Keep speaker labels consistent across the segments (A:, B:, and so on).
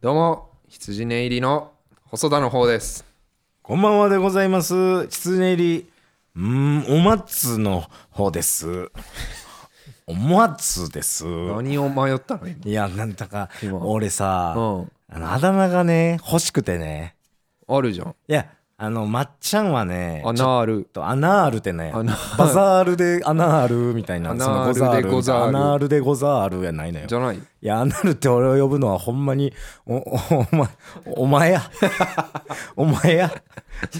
A: どうも羊寝入りの細田の方です
B: こんばんはでございます。狐入り、うーん、お松の方です。お松です。
A: 何を迷ったの今
B: いや、なんだか、
A: 今
B: 俺さ、
A: うん
B: あの、あだ名がね、欲しくてね。
A: あるじゃん
B: いや、あの、まっちゃんはね、
A: ア
B: ちょっ
A: ナール
B: とアナールってね、
A: ア
B: バ
A: ナール
B: ザールでアナールみたいな、
A: アナール
B: そのゴザ
A: でゴザール
B: アナールでゴザールやないのよ
A: じ。ゃない
B: いや、アナルって俺を呼ぶのはほんまに、お、おお前、お 前や。お前や。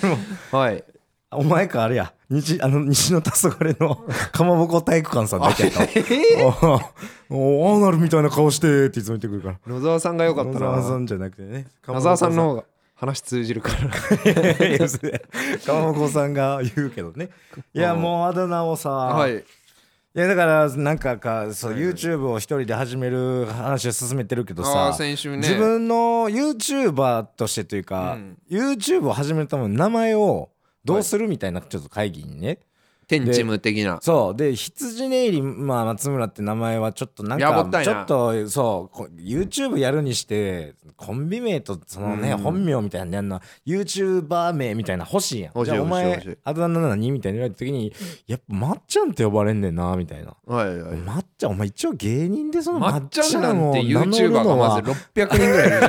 B: でも
A: はい
B: お前かあれや日あの西の黄昏のかまぼこ体育館さんだけやったわおおおアナルみたいな顔してっていつも言ってくるから
A: 野沢さんが良かった
B: 野沢さ
A: なん
B: じゃなくてね
A: 野沢さんの方が話通じるから
B: いや嘘やかまぼこさんが 言うけどねいや
A: うん
B: もうあだ名をさ、
A: はい
B: い
A: い
B: やだからなんかかそう
A: はいはい
B: YouTube を一人で始める話を進めてるけど
A: あ
B: さ
A: ー先週ね
B: 自分の YouTuber としてというか、
A: うん
B: YouTube を始めるための名前をどうするみたいなちょっと会議にね、
A: 天チム的な
B: そうで羊ネイリ、まあ、松村って名前はちょっとなん
A: やぼった
B: か
A: い
B: ちょ
A: な
B: っとそうこ YouTube やるにしてコンビ名とそのね、
A: うん
B: 本名みたいなの YouTuber 名みたいな欲しいやん
A: 欲しい
B: じゃあお
A: 欲しい欲しい
B: 前あだ名何みたいな言われた時にやっぱまっちゃんって呼ばれんねんなみたいな、
A: はいはい
B: まっちゃんお前一応芸人でその
A: ま
B: ま
A: っ
B: っ
A: ち
B: ちゃ
A: ゃんなんん
B: を
A: て
B: 名乗
A: YouTuber
B: る
A: が
B: の
A: まず
B: は
A: 600人ぐらいいる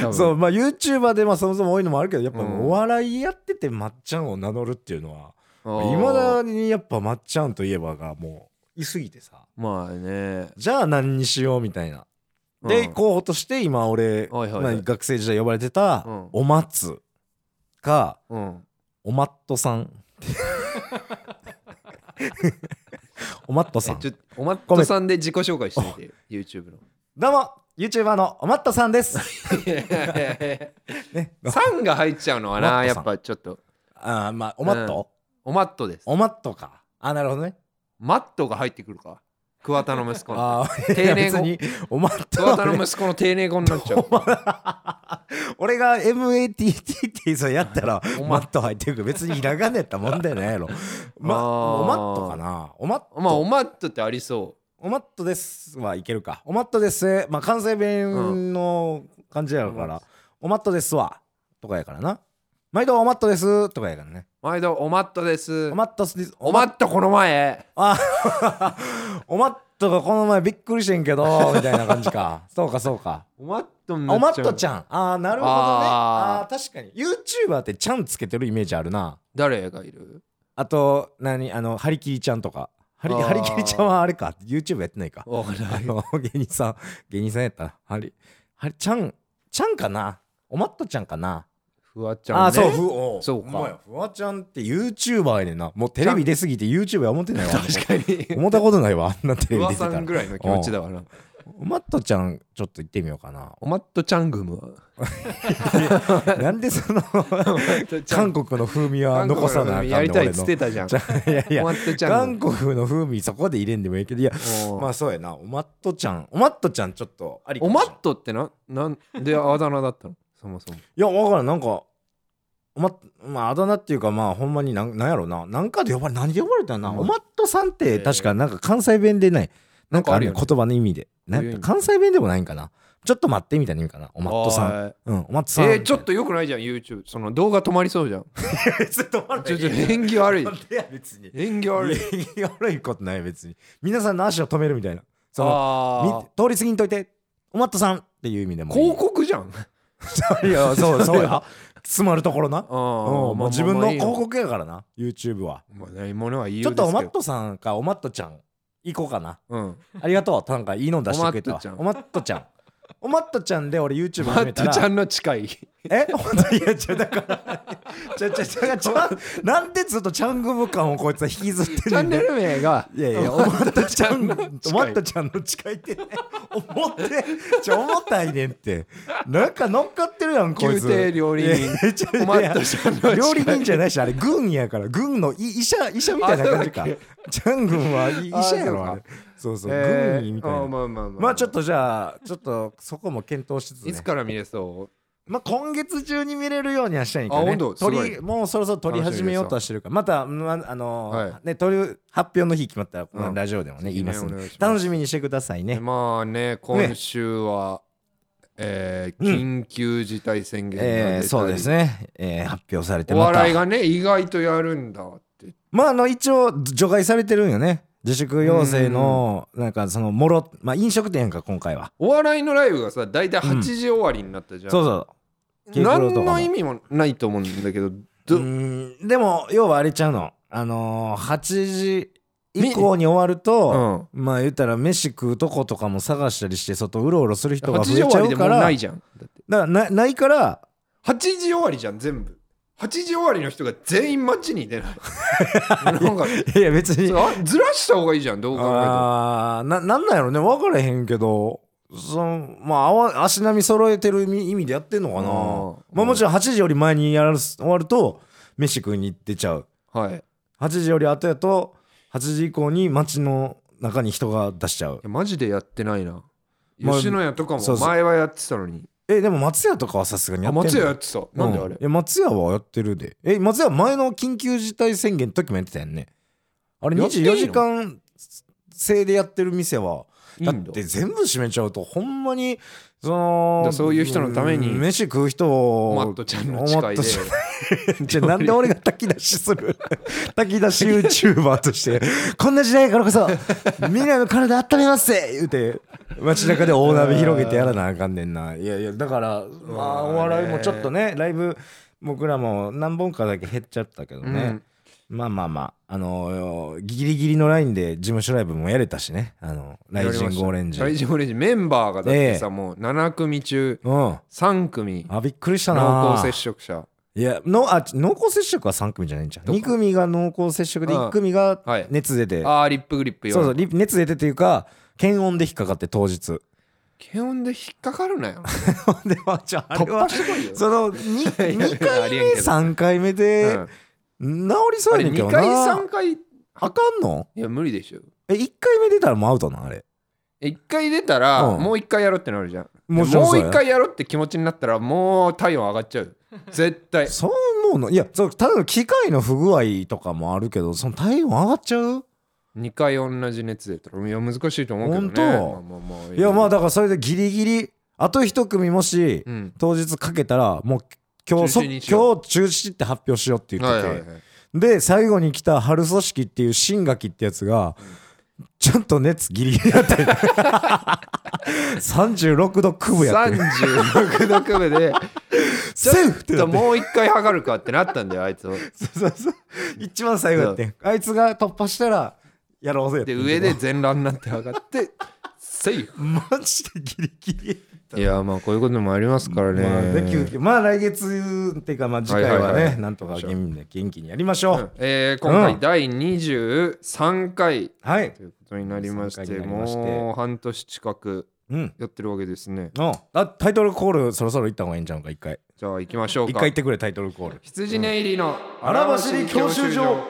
A: じゃ ん
B: そう
A: う
B: まあ YouTuber でまあそもそも多いのもあるけどやっぱ
A: うん
B: お笑いやっててまっちゃんを名乗るっていうのはいまだにやっぱまっちゃんといえばがもういすぎてさ
A: まあね
B: じゃあ何にしようみたいな。
A: う
B: で
A: ん
B: 候補として今俺
A: はいはいはい
B: まあ学生時代呼ばれてた
A: うん
B: お松か
A: うん
B: おまっと さん。おまっとさ
A: え
B: ん。
A: ちょおまっとさんで自己紹介してみて YouTube の
B: どうも YouTuber のおまっとさんです。 ね、
A: さんが入っちゃうのは
B: お
A: な
B: まっと
A: や
B: さ
A: っ
B: ん
A: ぱちょっと
B: あーまあおまっと、
A: おマットです
B: おまっとか。あなるほどね。
A: マットが入ってくるか桑田の息子の
B: あ
A: 丁
B: ー
A: 寧語
B: いや別におまっと
A: 桑田
B: は
A: の
B: ね、
A: 息子の丁寧語になっちゃうから
B: 俺が MATT ってそうやったら
A: お
B: お
A: ま
B: ま
A: っ
B: っと入ってくる別にひらがねったもんだよねやろ。ま
A: あー
B: おまっとかなおまっと。
A: まあおマットってありそ
B: おマットですはいけるか。おマットです。まあ関西弁の感じやから、おマットですわとかやからな。毎度おマットですとかやからね。
A: う毎度おマットです
B: おマットすです。
A: おマットこの前
B: あおマットがこの前びっくりしてん けどみたいな感じか。そうかそうか。
A: おマットにな
B: おマ
A: っち
B: ッ
A: ゃ
B: ト
A: う
B: ちゃん。ああなるほどね。
A: あ
B: ああー確かに。YouTuber ってちゃんつけてるイメージあるな。
A: 誰がいる
B: あと何あのハリキリちゃんとか。ハリ
A: あー
B: ハリキリちゃんはあれか YouTube やってないか。
A: わかんな
B: あ
A: い
B: の 芸人さん芸人さんやったらハリハリちゃんちゃんかなおまっとちゃんかな
A: フワちゃんね
B: あそうふお
A: そうか
B: ほんまやふわちゃんって YouTuber やねんなもうテレビ出すぎて YouTuber は思ってないわ
A: 確かに
B: 思ったことないわあんなテ
A: フ
B: レビ
A: ワ
B: 出て
A: さ
B: たら
A: んぐらいの気持ちだから
B: おまっとちゃんちょっと行ってみようか な
A: おマットちゃんグムは
B: なんでそ の韓国の風味は残さなあかんねん
A: やりたいっ
B: 俺
A: つ
B: の
A: ってたじゃん
B: じゃあ いやい
A: お
B: や
A: マットちゃん
B: 韓
A: グ
B: 国の風味そこで入れんでもいいけどいや
A: ム
B: まあそうやなおまっとちゃんおまっとちゃんちょっとありか
A: お
B: もしれ
A: マ
B: ん
A: ットってななんであだ名だったのそもそも
B: いや、わからん、なんか、ま、まあ、あだ名っていうか、まあ、ほんまになん、なんやろな、なんかで呼ばれ、何で呼ばれたんな、
A: うん
B: おまっとさんっ
A: え
B: て、
A: ー
B: 確か、なんか関西弁でない。なんかあるよ、
A: なんかあるよね
B: 言葉の意味で。
A: どう
B: ない
A: うん意味
B: か関西弁でもないんかな。ちょっと待ってみたいな意味かな、おまっとさん。
A: ん
B: うん、おまっとさん。
A: えー、ちょっとよくないじゃん YouTube その動画止まりそうじゃん
B: 別に止まら
A: ちょっと演技悪い
B: なんでや、別に。
A: 演技悪い
B: いや悪いことない、別に。皆さんの足を止めるみたいな。その、
A: あ
B: み通り過ぎんといて、おまっとさんっていう意味で
A: ー
B: もいい。
A: 広告じゃん
B: いや、そう、そ うや。詰まるところな。
A: あ
B: うん、
A: ーま
B: も
A: あ
B: う自分の
A: まあまあいいよ
B: 広告やからな、YouTube は。
A: まあないものはいい
B: ちょっとお
A: ま
B: まっとさんかおまっとちゃん行こうかな。
A: うん
B: ありがとう。なんかいいの出してくれたわ。
A: お
B: おまっとちゃん。おまっとちゃんで俺 YouTube
A: マ
B: 始
A: ッ
B: めた
A: トちゃ
B: ら。
A: んの近い
B: え本当にいやちゃだから。ちゃちゃちゃちゃなんでずっとチャングム感をこいつは引きずって
A: チャ
B: る
A: ン
B: ん
A: ネ
B: だよ。
A: ル名が
B: いやいや、おまっとちゃん、
A: の
B: おまっとちゃんの近いってね、思って、ちょ、重たいねんって。なんか乗っかってるやん、こい
A: 宮
B: つ。
A: 廷料理
B: いやい
A: 人
B: やちょ
A: おマットちゃんの 近い
B: 料理人じゃないしあれ軍やから軍のい医者医者みたいな感じか
A: あそうだ
B: ジャン軍はい医者やろ
A: あ
B: あ
A: そう
B: れそうそう
A: え
B: 軍医
A: ー
B: みたい
A: あー
B: な
A: まあまあまあ
B: まあちょっとじゃあちょっとそこも検討しつつ
A: い
B: ね
A: つから見れそう
B: まあ今月中に見れるようにはしたいんや
A: あ
B: け
A: 本
B: ど
A: 当
B: ね
A: すごい
B: 取りもうそろそろ取り始めようとはしてるからまたまああ
A: は
B: のね取る発表の日決まったらこ
A: うん
B: のラジオでもね言いますん
A: お願
B: で
A: いします
B: 楽しみにしてくださいね
A: まあね今週は、えー
B: う
A: 緊急事態宣言が出たり、
B: えーそうですね、えー発表されて
A: お
B: また
A: 笑いがね意外とやるんだって
B: まああの一応除外されてるんよね自粛要請のなんかそのもろ、まあ、飲食店か今回は
A: お笑いのライブがさ大体8時終わりになったじゃん、
B: そうそうケイクロ
A: 何
B: とかも
A: の意味もないと思うんだけど
B: う
A: ど
B: ーんでも要はあれちゃうのあのー、8時以降に終わると、
A: うん
B: まあ言ったら飯食うとことかも探したりして外うろうろする
A: 8
B: 人が
A: 時終
B: 増えちゃ
A: わり
B: う
A: でも
B: か
A: う
B: ら
A: ないじゃんだって
B: だからなな いから
A: 8時終わりじゃん全部8時終わりの人が全員街に出な いなんか
B: いや別に
A: そうあずらした方がいいじゃんどう考えても
B: あーななんなんやろね分からへんけどそのまああわ足並み揃えてる意味意味でやってんの
A: う
B: かな
A: ん
B: まあもちろん8時より前にやらす終わると飯食いに行ってちゃう
A: はいい
B: 8時より後やと8時以降に街の中に人が出しちゃう
A: やマジでやってないな
B: まあ
A: 吉野家とか
B: そう
A: も
B: そう
A: 前はやってたのに
B: えでも松屋とかはさすがにや
A: あ
B: ってんの
A: 松屋やってたなんであ
B: うん
A: れ
B: いや松屋はやってるでえ松屋前の緊急事態宣言の時もやってたやんねあれ
A: やっていいの
B: 24時間制でやってる店はい
A: い
B: だ
A: ん
B: っ
A: だ
B: て全部閉めちゃうとほんまにその
A: だそういう人のために
B: うん飯食う人を
A: マットちゃんの誓いで
B: マットちゃんじゃあなんで俺が炊き出しする 炊き出し YouTuber としてこんな時代やからこ そみんなの体温めますぜ言うて街中で大鍋広げてやらなあかんねんないやいやだからまあお笑いもちょっとねライブ僕らも何本かだけ減っちゃったけどね、まあまあまあ、あのーギリギリのラインで事務所ライブもやれたしね、あの、ライジングオレンジ。う
A: ライジンゴーレンジメンバーがだってさ、
B: ええ
A: もう7組中
B: ん。
A: 3組
B: あ、びっくりしたな。
A: 濃厚接触者
B: いや、のあ濃厚接触は3組じゃないんじゃん。
A: どこ
B: 2組が濃厚接触で
A: うん
B: 1組が
A: はい
B: 熱出て、
A: あーリップグリップよ
B: そうそう、リ熱出てっていうか、検温で引っかかって当日。
A: 検温で引っかかるなよ
B: でも、じゃあ、あれ
A: 突
B: は
A: 破、してこいよ
B: その 2, 回目、3回目
A: う
B: で
A: ん、
B: 治りそう
A: あ
B: や
A: れ
B: ねんけ
A: 2
B: どな。
A: 回3回い
B: あかんの
A: や無理でしょ
B: え、1回目出たらもうアウトなんあれ。
A: 1回出たら
B: うん
A: もう1回やろうってなるじゃんも
B: も
A: う
B: ちろんそうや
A: 1回やろうって気持ちになったらもう体温上がっちゃ う絶対
B: そう思うのいやそうただの機械の不具合とかもあるけどその体温上がっちゃう
A: 2回同じ熱出たらいや難しいと思うけどね
B: 本当
A: まあまあまあ
B: いやまあだからそれでギリギリあと一組もし
A: うん
B: 当日かけたらもう今日そ
A: 中止
B: 今
A: に
B: 日
A: しよ
B: 中止って発表しようって言っ
A: は
B: て
A: い
B: て、
A: はいはい
B: で最後に来た春組織っていう新垣ってやつが、ちょっと熱ギリギリだって 36度9分やってる
A: 36度9分 で
B: セーフって
A: ちょ
B: な
A: っと
B: って
A: もう一回測るかってなったんだよあい つは
B: そうそうそう一番最後やってんあいつが突破したらやろうぜやって
A: で
B: ん
A: 上 で全裸になって上がってセーフ
B: マジでギリギリ
A: いやまあこういうこともありますからね,、
B: まあね、急遽まあ来月っていうかまあ次回はね、
A: はいはいはい
B: なんとか元気元気にやりましょう、
A: えー今
B: う
A: 回
B: ん
A: 第23回
B: はい
A: ということになりまして
B: 23回になりまして
A: もう半年近く
B: うん
A: やってるわけですね
B: おあタイトルコールそろそろ行った方がいいんちゃうんか一回
A: じゃあ行きましょう
B: 一
A: か
B: 回行ってくれタイトルコール
A: 羊根入りの
B: 荒走り教習所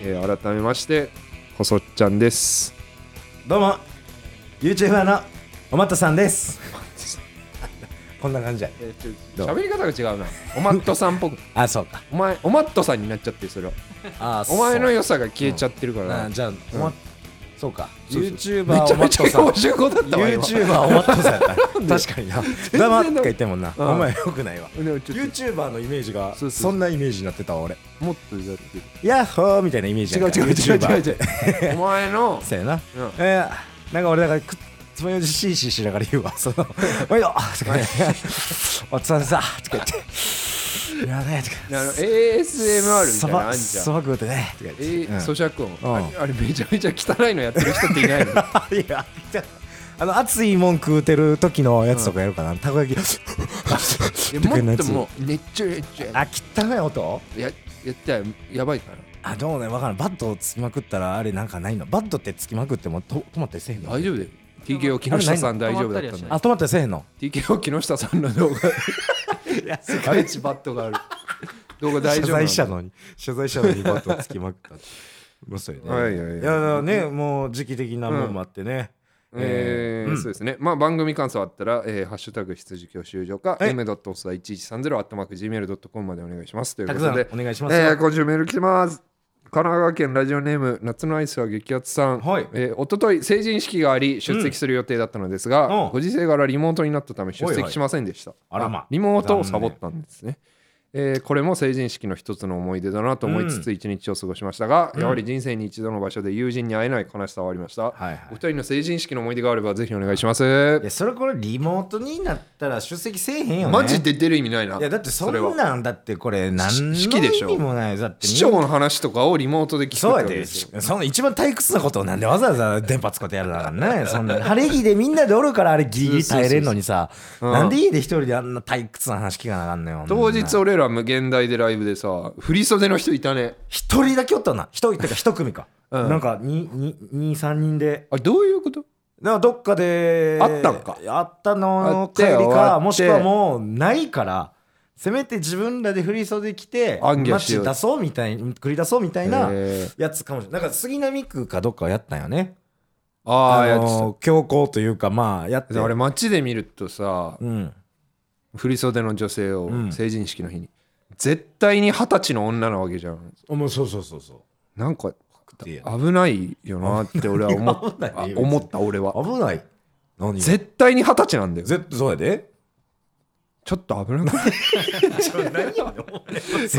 A: えー改めまして細っちゃんです
B: どうも YouTuber のおまっとさんですこんな感じや
A: えーちょ
B: どう
A: 喋り方が違うなおまっとさんっ ぽく
B: あそうか
A: お前おまっとさんになっちゃってるそれは
B: あ
A: お前の
B: よ
A: 良さが消えちゃってるから、
B: あじゃあ、おまそうか
A: そうそう
B: YouTuber
A: めち
B: お
A: ゃ
B: まっ
A: めち
B: と
A: ゃ
B: さん
A: 教習語だったわ今
B: YouTuber おまっとさんや った確かにな「どうも」って
A: 全然
B: 言ってんもんな
A: うん
B: お前よくないわ
A: でもちょっ
B: YouTuber のイメージ
A: そう
B: が
A: そう
B: そんなイメージになってたわ俺
A: ともっとやってる
B: ヤッホーみたいなイメージ
A: 違う違う違う違う違うお前 の
B: そうやな
A: うん
B: いやいやなんか俺だからくつまようじシーシーしながら言うわその「おいよ」とかね「おっさんさ」とか言って「いやね」とか
A: あの ASMR みた
B: そ
A: いなの
B: ば
A: あんじゃ
B: そ
A: ん
B: ば食うてね」とか
A: え
B: 言って
A: ー咀嚼音、
B: うん
A: あれあれめちゃめちゃ汚いのやってる人ってい ないの
B: うんいやあの熱いもん食うてる時のやつとかやるかなたこ焼き
A: いや
B: とかの
A: もっ
B: や
A: と
B: つ
A: もう熱中熱中
B: あ汚い音
A: ややったらやばいから
B: あどうもねわからんバットをつきまくったらあれなんかないのバットってつきまくってもと止まったりせえへんの
A: 大丈夫だよ TKO 木下さん大丈夫だったんだ
B: あ止まったりせえへんの
A: TKO 木下さんの動画
B: いや
A: 世界一バットがあ る動画大
B: 謝
A: 丈夫な
B: 罪
A: の
B: したのに謝罪したのにバットをつきまくったってまあそうよね
A: はいはいはい
B: いやだからねもう時期的なもんもあってね、
A: えー
B: うん
A: そうですね。まあ番組感想あったら、えーハッシュタグ羊教習所か、
B: はい
A: m ドットおさ一一三ゼロアットマーク gmail ドットコムまでお願いしますという
B: た
A: こ
B: くさ
A: と
B: ん
A: で、
B: お願いしますよ、
A: えー、今週メール来てます。神奈川県ラジオネーム夏のアイスは激アツさん、
B: はい
A: えー、おととい成人式があり出席する予定だったのですが、
B: うん
A: ご時世柄リモートになったため出
B: はいは
A: 席
B: い
A: しませんでした、
B: あらま
A: リモートをサボったんですね、えーこれも成人式の一つの思い出だなと思いつつ一日を過ごしましたが、やはり人生に一度の場所で友人に会えない悲しさはありました、
B: はいはい
A: お二人の成人式の思い出があればぜひお願いします、
B: いやそれこれリモートになったら出席せえへんよね
A: マジで出る意味ないない
B: やだってそ
A: れ
B: ん
A: は
B: なんだってこれ何の
A: し式でし
B: 意
A: ょ
B: 味もないだって
A: 市長の話とかをリモートで聞くって
B: そう
A: わ
B: や
A: け
B: で
A: ですよ
B: その一番退屈なことをなんでわざわざ電波使ってやるならねそ んな晴れ着でみんなでおるからあれギリギリ耐えれんのにさ
A: う
B: なんで家で一人であんな退屈な話聞かなあかんのよ
A: 当
B: みんな
A: 日俺ら無限大でライブでさ振り袖の人いたね
B: 一人だけおったな一人ってか一組か、
A: うん
B: なんか23人で
A: あどういうこと
B: なんかどっかで
A: あったんか
B: あったの帰
A: あって
B: り
A: 終わ
B: か
A: って
B: もしくはもうないからせめて自分らで振り袖着てマ
A: 暗記をしよ
B: ッ
A: う
B: チ出そうみたいに繰り出そうみたいな
A: えー
B: やつかもしれないなんか杉並区かどっかはやったんよね
A: ああ
B: あ
A: やって
B: の強行というかまあやって
A: た俺街で見るとさ
B: うん
A: 振り袖の女性を
B: うん
A: 成人式の日に、絶対に二十歳の女なわけじゃん
B: もうそうそうそうそ
A: なんか
B: う危
A: 危ないよなって俺は思 っ
B: 危ない
A: あ
B: 危ない
A: 思った俺は
B: ない何絶
A: 絶対に二十歳なんだよ
B: 対そうやで
A: ちょっと危なくないちょっ
B: 何やねん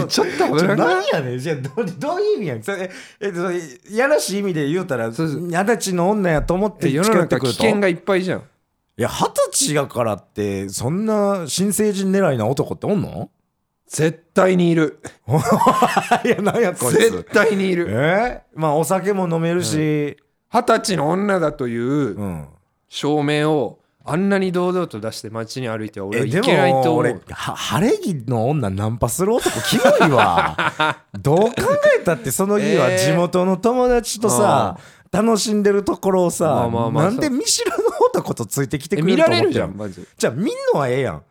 A: と危なくない
B: 何やねんじゃあどどういう意味やんそれええそれやらしい意味で言うたら
A: そうそう
B: 二十歳の女やと思って
A: え世の
B: 近寄って
A: 中
B: く
A: 危
B: ると
A: 険がいっぱいじゃん
B: いや二十歳やからってそんな新成人狙いな男っておんの
A: 絶対にいる
B: いやなんやこい
A: 絶
B: つ
A: 対にい
B: え
A: る
B: ーまあお酒も飲めるし
A: 二十歳の女だという
B: うん
A: 証明をあんなに堂々と出して街に歩いては俺は
B: え
A: い
B: で
A: け
B: も
A: ないと思
B: 俺
A: う
B: は晴れ着の女ナンパする男キモい わどう考えたってその日は
A: えー
B: 地元の友達とさ、楽しんでるところをさ、
A: まあまあまあ
B: なんで見知らぬ男とついてきて
A: え
B: くれ
A: 見
B: ると
A: ら
B: 思っ
A: れる
B: ての
A: じゃんマジ
B: じゃあ見んのはええやん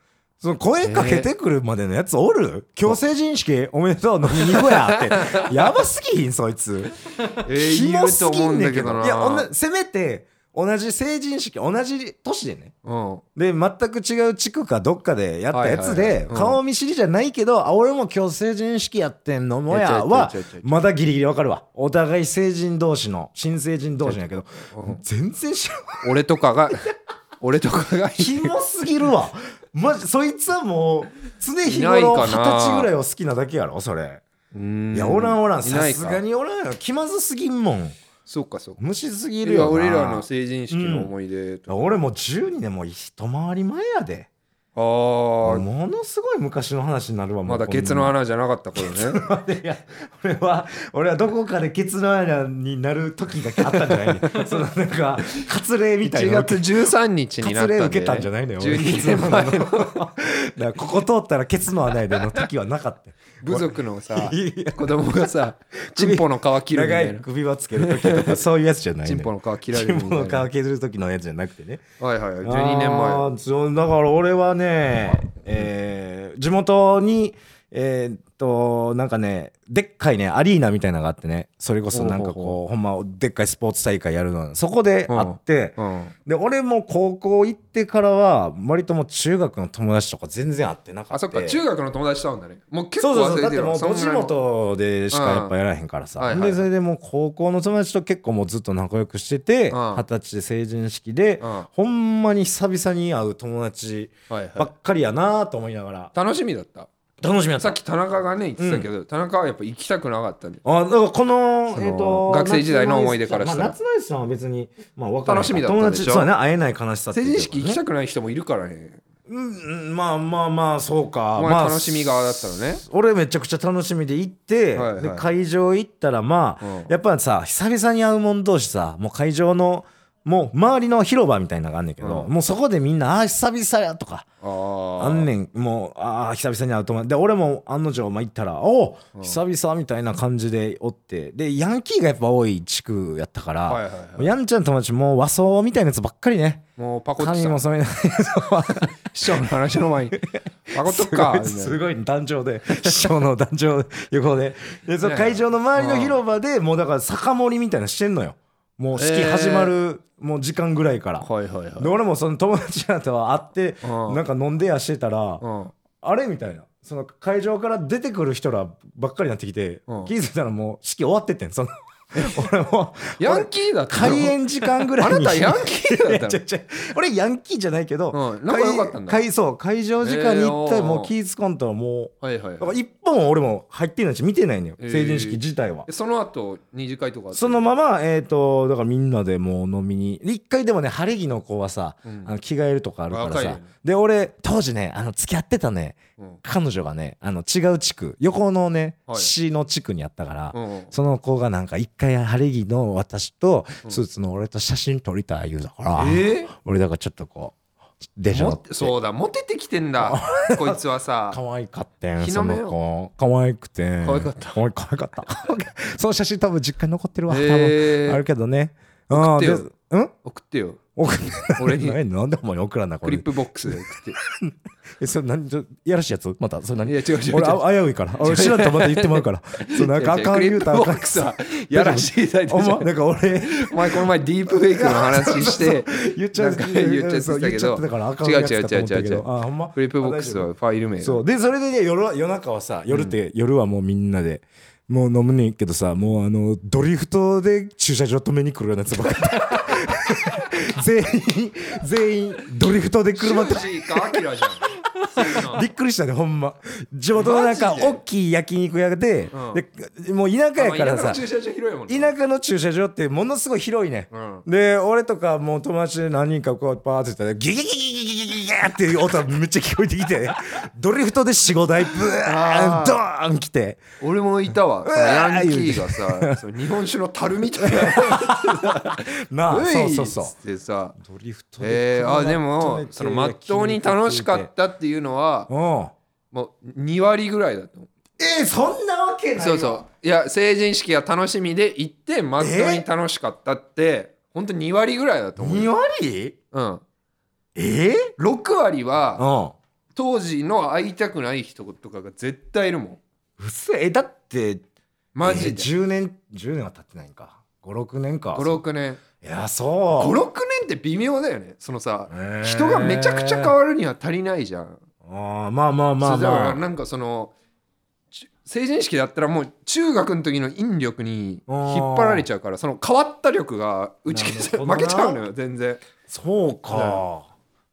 B: その声かけてくるまでのやつおる、強制人式おめでとう飲みに行こうやっ てやばすぎひんそいつ
A: えー、いると思うんだけどない
B: や女せめて同じ成人式同じ年でね
A: うん
B: で全く違う地区かどっかでやったやつで、
A: はいはいはいうん
B: 顔見知りじゃないけど、あ俺も今日成人式やってんのも
A: いや
B: や
A: 違う
B: は
A: 違う違う違う
B: まだギリギリわかるわお互い成人同士の新成人同士やけど
A: うん
B: 全然知らん
A: 俺とかが 俺とかがい
B: キモすぎるわマジそいつはもう常日
A: いない
B: 頃
A: か
B: 二十
A: な
B: 歳ぐらいを好きなだけやろそれいやおらんおらんさすがにおらんよ気まずすぎんもん
A: そうかそうか
B: 無視すぎ
A: い
B: るよ
A: や
B: な
A: 俺らの成人式の思い出と、
B: 俺もう12年もう一回り前やで
A: ああ
B: ものすごい昔の話になるわも
A: ま
B: う
A: だケツの穴じゃなかった頃ね
B: いや俺は俺はどこかでケツの穴になる時があったん じゃないのそのなんか割礼みたい
A: 1
B: な
A: 月13日にな
B: 割
A: ったんで、ね、
B: 礼受けたんじゃないのよ俺
A: 12年前
B: ケツの穴のだからここ通ったらケツの穴やでの時はなかった
A: 部族のさ
B: いや
A: 子供が さチンポの皮切るみ
B: 長
A: たい
B: い
A: な
B: 首輪つける時とかそういうやつじゃない
A: チンポ
B: の
A: の
B: よ
A: 皮切られ
B: チ
A: る
B: ン
A: み
B: ポ
A: た
B: の
A: いな
B: 皮削る時のやつじゃなくてね
A: はいはい12年前
B: あーそうだから俺はね、えー地元にえーっとなんかねでっかいねアリーナみたいなのがあってねそれこそなんかこう
A: ほうほ
B: ほんまでっかいスポーツ大会やるのそこであって、
A: うん
B: で俺も高校行ってからは割ともう中学の友達とか全然会ってなかった
A: あそっか中学の友達と会うんだねもう結
B: そ
A: 構
B: うそうそ
A: 忘
B: うだ
A: れ
B: ってて
A: る
B: も
A: わ
B: う
A: そん
B: 地
A: なに
B: 元でしかやっぱやらへんから
A: うん
B: さ、
A: はいはい
B: でそれでもう高校の友達と結構もうずっと仲良くしてて
A: うん
B: 二十、歳で成人式で、
A: うん
B: ほんまに久々に会う友達
A: はい
B: ば
A: は
B: っかりやなと思いながら
A: い、楽しみだった
B: 楽しみや
A: さっき田中がね言ってたけど、田中はやっぱ行きたくなかったんで
B: あだからこの
A: その
B: えー、と
A: 学生時代の思い出からしたら
B: まあ、夏のりさんは別に、まあ、分からん
A: 楽しみだったんでしょ
B: 友達そうやね会えない悲しさって
A: 成
B: いうか
A: 人
B: ね
A: 式行きたくない人もいるからね
B: うんうんまあまあまあそうか、
A: お前
B: まあ、
A: 楽しみ側だったのね
B: 俺めちゃくちゃ楽しみで行って、
A: はいはい
B: で会場行ったらまあ、
A: うん
B: やっぱさ久々に会うもん同士さもう会場のもう周りの広場みたいなのがあんねんけど、
A: うん
B: もうそこでみんな「あー久々や」とか
A: あー
B: あんねんもうああ久々に会うと思うで俺も案の定まあ行ったら「おお久々」みたいな感じでおってでヤンキーがやっぱ多い地区やったから、
A: はいはいはい
B: もうヤンちゃんの友達もう和装みたいなやつばっかりね
A: もうパコって
B: 髪
A: た
B: も染めない
A: 師匠の話の 前にパコっとっかみたいな
B: すごい壇上で 師匠の壇上横ででその
A: ねえ
B: 会場の周りの広場でもうだから酒盛りみたいなのしてんのよもう式始まるもう時間ぐらいから、
A: はいはいはい
B: で俺もその友達らと会って
A: うん
B: なんか飲んでやしてたら
A: うん
B: あれみたいなその会場から出てくる人らばっかりになってきて、
A: うん
B: 気づいたらもう式終わってってんその俺も
A: ヤンキーだったの
B: 開演時間ぐら
A: あ
B: いに
A: なたヤンキーだっ
B: いや
A: た
B: 違う違う俺ヤンキーじゃないけど、
A: うん仲良かったんだ
B: 会会そう会場時間に行った
A: えーおー
B: らもう気づかんとはも
A: のはいはいう
B: だか
A: は
B: ら
A: い
B: 一本も俺も入ってないし見てないのよ、
A: えー
B: 成人式自体は
A: えその後二次会とかあった
B: そのままえっ、とだからみんなでもう飲みに一回でもね晴れ着の子はさ、
A: うん
B: あの着替えるとかあるから
A: 若い
B: さ、
A: よね
B: で俺当時ねあの付き合ってたね
A: うん
B: 彼女がねあの違う地区横のね、
A: はい
B: 市の地区にあったから、
A: うん
B: その子がなんか一回晴れ着の私と
A: うん
B: スーツの俺と写真撮りたい言うだから、
A: え
B: 俺だからちょっとこうでし
A: ー
B: ょ
A: も
B: っ
A: って
B: て
A: そうだモテてきてんだこいつはさ
B: 可愛かったん
A: 日
B: そ
A: の目
B: の子可愛くて
A: 可愛かった
B: 可愛可愛かった その写真多分実家に残ってるわ、多
A: え
B: 分ある
A: ー
B: けどねうん
A: 送
B: で
A: ってよ
B: うん
A: 送ってよ
B: 送んない
A: 俺 に
B: 何なんでお前に送らんなこ
A: クリ
B: れ
A: ップボックスで送って
B: えそれ何ちょやらしいやつまたそれ
A: い
B: 何
A: や違う違う違う
B: 俺あ危ういから俺知らんとまた言ってもら うからそうなん かあかん
A: いや違
B: 言
A: う
B: う
A: ク
B: た
A: リップ
B: らあ
A: ボ
B: か
A: ッ
B: ん
A: クスはやらしいタイト
B: お
A: ルじゃ
B: 前
A: ん
B: なんか俺
A: お前この前ディープフェイクの話 して
B: 言っちゃう
A: なんか言っちゃって
B: そう
A: たけど
B: 言っちゃってたからあかんやつかと思ったけ
A: 違う違う違う違
B: ど
A: う
B: あほんま
A: クリップボックスはファイル名
B: そうでそれでね夜は夜中はさ夜って、夜はもうみんなでもう飲むねんけどさもうあのドリフトで駐車場止めに来るようなやつばっか り全員全員ドリフトで車止め
A: シュウジかアキ ラじゃんそういうの
B: びっくりしたねほんま地元のなんか
A: マジで
B: 大きい焼肉屋で,、でもう田舎やから
A: まあ田
B: さ
A: 舎の駐車場広いもんな
B: 田舎の駐車場ってものすごい広いね、
A: うん
B: で俺とかもう友達で何人かこうパーって言ったらギギギギギギギギギっていう音がめっちゃ聞こえてきてドリフトで45台ブーン
A: あー
B: ドーン来て
A: 俺もいたわそのヤンキーがさ その日本酒の樽みたいな
B: な あそう
A: い
B: そ うそう
A: っつってさ
B: ドリフト
A: えー、あでもそのまっとうに楽しかったっていうのは
B: うん
A: もう2割ぐらいだと思う
B: えー、そんなわけないわ
A: そうそういや成人式が楽しみで行ってまっとうに楽しかったって本当に2割ぐらいだと思う
B: 2
A: よ、
B: 割
A: うん、
B: え
A: 6割
B: ー、
A: は
B: うん
A: 当時の会いたくない人とかが絶対いるもん
B: うっせえだって
A: マジで、
B: えー10年10年は経ってないんか56年か
A: 56年
B: いやそう
A: 56年って微妙だよねそのさ
B: えー
A: 人がめちゃくちゃ変わるには足りないじゃん
B: あーまあまあまあ
A: そうだか
B: ま
A: ら
B: あ
A: なんかそのち成人式だったらもう中学の時の引力に引っ張られちゃうからその変わった力が打ち消さ
B: なるほ どな
A: 負けちゃうのよ全然
B: そうか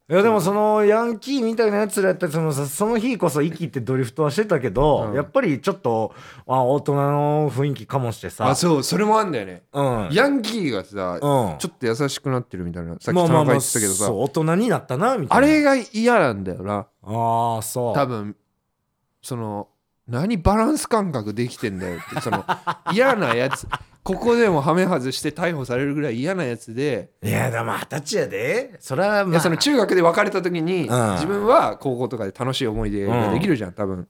B: いやでもそのヤンキーみたいなやつらやったらそのさその日こそ息ってドリフトはしてたけど、
A: うん
B: やっぱりちょっとあ大人の雰囲気かもしてさ
A: あそうそれもあんだよね
B: うん
A: ヤンキーがさ
B: うん
A: ちょっと優しくなってるみたいなさっき田中言ってたけどさ
B: そう大人になったなみたいな
A: あれが嫌なんだよな
B: ああそう
A: 多分その何バランス感覚できてんだよって その嫌なやつここでもハメ外して逮捕されるぐらい嫌なやつで
B: いやでも二十歳やでそれはま
A: いや
B: あ
A: その中学で別れた時に、
B: うん
A: 自分は高校とかで楽しい思い出ができるじゃん、多分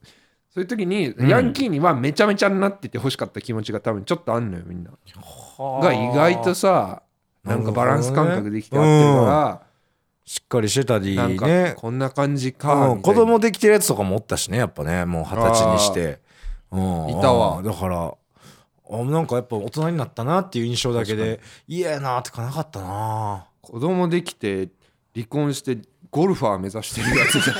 A: そういう時に、
B: ん
A: ヤンキーにはめちゃめちゃになってて欲しかった気持ちが多分ちょっとあんのよみんな
B: はあ
A: が意外とさなんかバランス感覚できて合
B: な
A: っ
B: るほ
A: て
B: どね
A: るか
B: しっかりしてたり
A: ら、なん
B: ね
A: かこんな感じか、
B: うん、
A: みた
B: 子
A: いな
B: 供できてるやつとかもおったしねやっぱねもう二十歳にして、うん、
A: いたわ
B: うんだからあなんかやっぱ大人になったなっていう印象だけで嫌やなってかなかったな
A: 子供できて離婚してゴルファー目指してるやつじ ゃん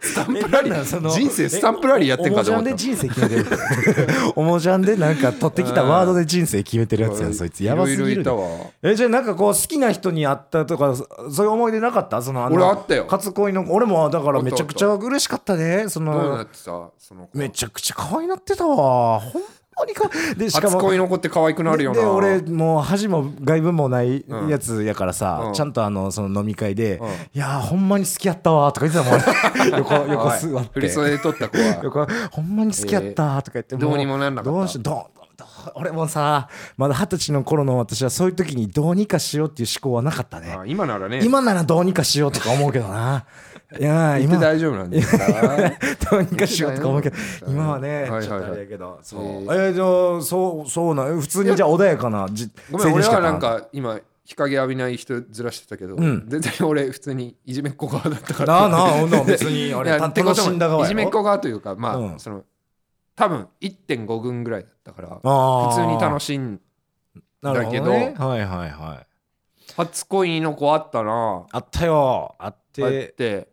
A: スタンプラリ
B: えなんなんそ
A: ー
B: の
A: 人生スタンプラリーやってんかと思った
B: 人生決めてる おもちゃんでなんか取ってきたワードで人生決めてるやつやんそいつやばす
A: いろ
B: ぎ
A: いろ
B: る
A: い
B: で
A: たわ
B: えじゃあなんかこう好きな人に会ったとかそそういう思い出なかったそのの
A: 俺あったよ
B: 初恋の俺もだからめちゃくちゃ嬉しかったねそ
A: どうな
B: の
A: ってさその子
B: めちゃくちゃ可愛いなってたわほんまにかでしか
A: 初
B: も
A: 恋の子って可愛くなるよな
B: でで俺もう恥も外部もないやつやからさ、
A: うん
B: ちゃんとあのその飲み会で「
A: うん
B: いやーほんまに好きやったわ」とか言っ てたもん横横
A: はい
B: 座って
A: 振り袖で撮った子は
B: 横ほんまに好きやった」とか言って、
A: えーどうにもなんなかった
B: どうしようどうどう俺もさまだ二十歳の頃の私はそういう時にどうにかしようっていう思考はなかったね
A: あ今ならね
B: 今ならどうにかしようとか思うけどないやー
A: 言って
B: 今
A: 大丈夫なんですか
B: どうにかしようとか思うけど
A: うん
B: 今はね、
A: はいはいはい
B: ちょっとあれやけどそう、
A: え
B: えーじゃあそうそうなん普通にじゃあ穏やかなじ
A: ごめん俺
B: や
A: は
B: っ
A: な
B: た
A: んか今日陰浴びない人ずらしてたけど、
B: ん
A: 全然俺普通にいじめっ子側だったから
B: なあなあほんなら別にあ
A: い
B: れ
A: やってこ
B: 楽
A: と
B: しんだ
A: も
B: 側
A: い
B: や
A: じめっ
B: ろ
A: 子側というかまあ、
B: うん
A: その多分1.5軍ぐらいだったから
B: あ
A: 普通に楽
B: し
A: しん
B: い
A: だけど
B: はいはいはい
A: 初恋の子あったな
B: あったよ
A: あ
B: あっ
A: ってて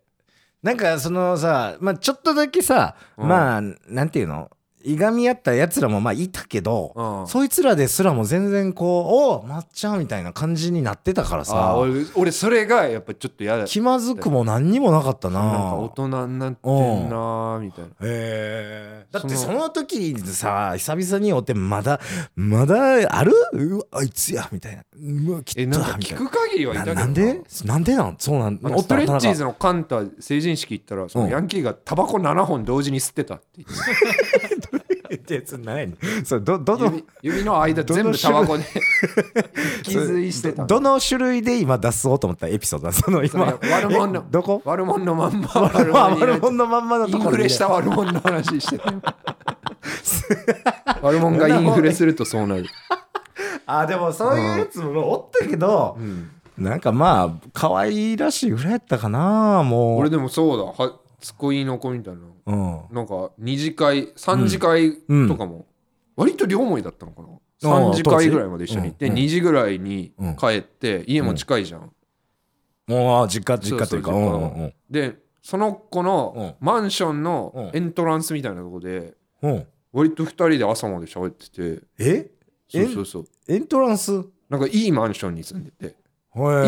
B: なんかそのさ、まあ、ちょっとだけさ、
A: うん
B: まあなんていうのいがみ合ったやつらもまあいたけど、
A: うん
B: そいつらですらも全然こう「おうまっちゃん」みたいな感じになってたから
A: あ
B: さ
A: 俺俺それがやっぱちょっと嫌だ
B: 気まずくも何にもなかったな
A: なんか大人になってんなーみたいな
B: へえだって
A: そ
B: そ
A: の
B: の時にさ久々に会ってまだまだあるうわあいつやみたいなうわきっと
A: えなんか
B: みた
A: 聞
B: いな
A: く限りはいたけど
B: ななんでなんでなんそうなん
A: なんかストレ
B: お
A: ッ
B: っ
A: チ
B: た
A: ー
B: の
A: ズのカンタ成人式行ったらそのヤンキーがタバコ7本同時に吸ってたって言って
B: 田中が ないそうどどの
A: 指指の間
B: どの
A: 全部タバコで
B: そ
A: 気
B: れ
A: づいしてた
B: どどの種類で今出そうと思ったエピソードだその
A: それ
B: 今
A: 悪者の
B: えどこ
A: 悪者のまんま 悪
B: 悪
A: 者になっ
B: 者のまんまの
A: イ
B: と
A: ン
B: ころ
A: フ
B: で
A: レした悪者の話 してたよ悪者がインフレするとそうなる、
B: あでもそういうやつもおったけど、
A: うん
B: なんかまあ可愛らしいぐらいやったかなも う
A: 俺でもそうだは初恋の子みたいな
B: うん
A: なんか2次会3次会とかも割と両思いだったのかな、
B: ああ
A: 3次会ぐらいまで一緒に行って
B: 当時うん
A: 2時ぐらいに
B: うん
A: 帰って家も近いじゃん、
B: もう実家実家というか
A: そうそう
B: う
A: 実
B: ん
A: 家でその子の
B: う
A: マンション
B: う
A: の
B: ん
A: エントランスみたいなとこで
B: うんうん
A: 割と2人で朝まで喋ってて
B: え
A: そ
B: え
A: うそうそう
B: エントランスい
A: なんかいいマンションに住んでて
B: い
A: い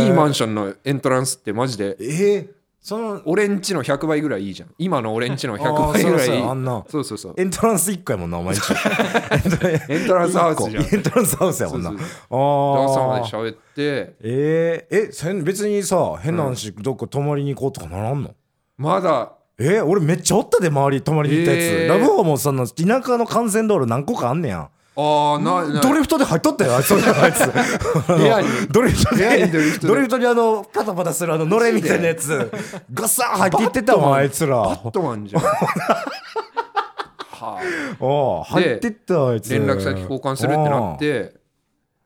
A: いマ
B: ン
A: ンションのエントランスってマジで
B: えーその
A: 俺んちの100倍ぐらいいいじゃん今の俺んちの100
B: あー
A: 倍
B: そ
A: ぐ
B: う
A: らい
B: そう
A: いい
B: あんな
A: そうそうそう
B: エントランス1個やもんなお前んちエ
A: エントランスハウスじゃん
B: エントランスハウスや
A: そ
B: も
A: うん
B: な
A: そうそう朝ま
B: あ
A: で
B: あ
A: 喋って
B: えー、えせん別にさ変な話、どっか泊まりに行こうとかならんの
A: まだ
B: えー、俺めっちゃおったで周り泊まりに行ったやつ、
A: えー
B: ラブホもその田舎の幹線道路何個かあんねや
A: ああないない
B: ドリフトで入っとったよあいつあいつ
A: 部屋に
B: ドリフト
A: 部屋
B: で
A: にドリフトで
B: ドリフトにあのパタパタするあののれみたいな やつガサーン入っていってたわあいつら
A: バットマンじゃんはあ
B: おう入ってったわあいつ
A: 連絡先交換するってなって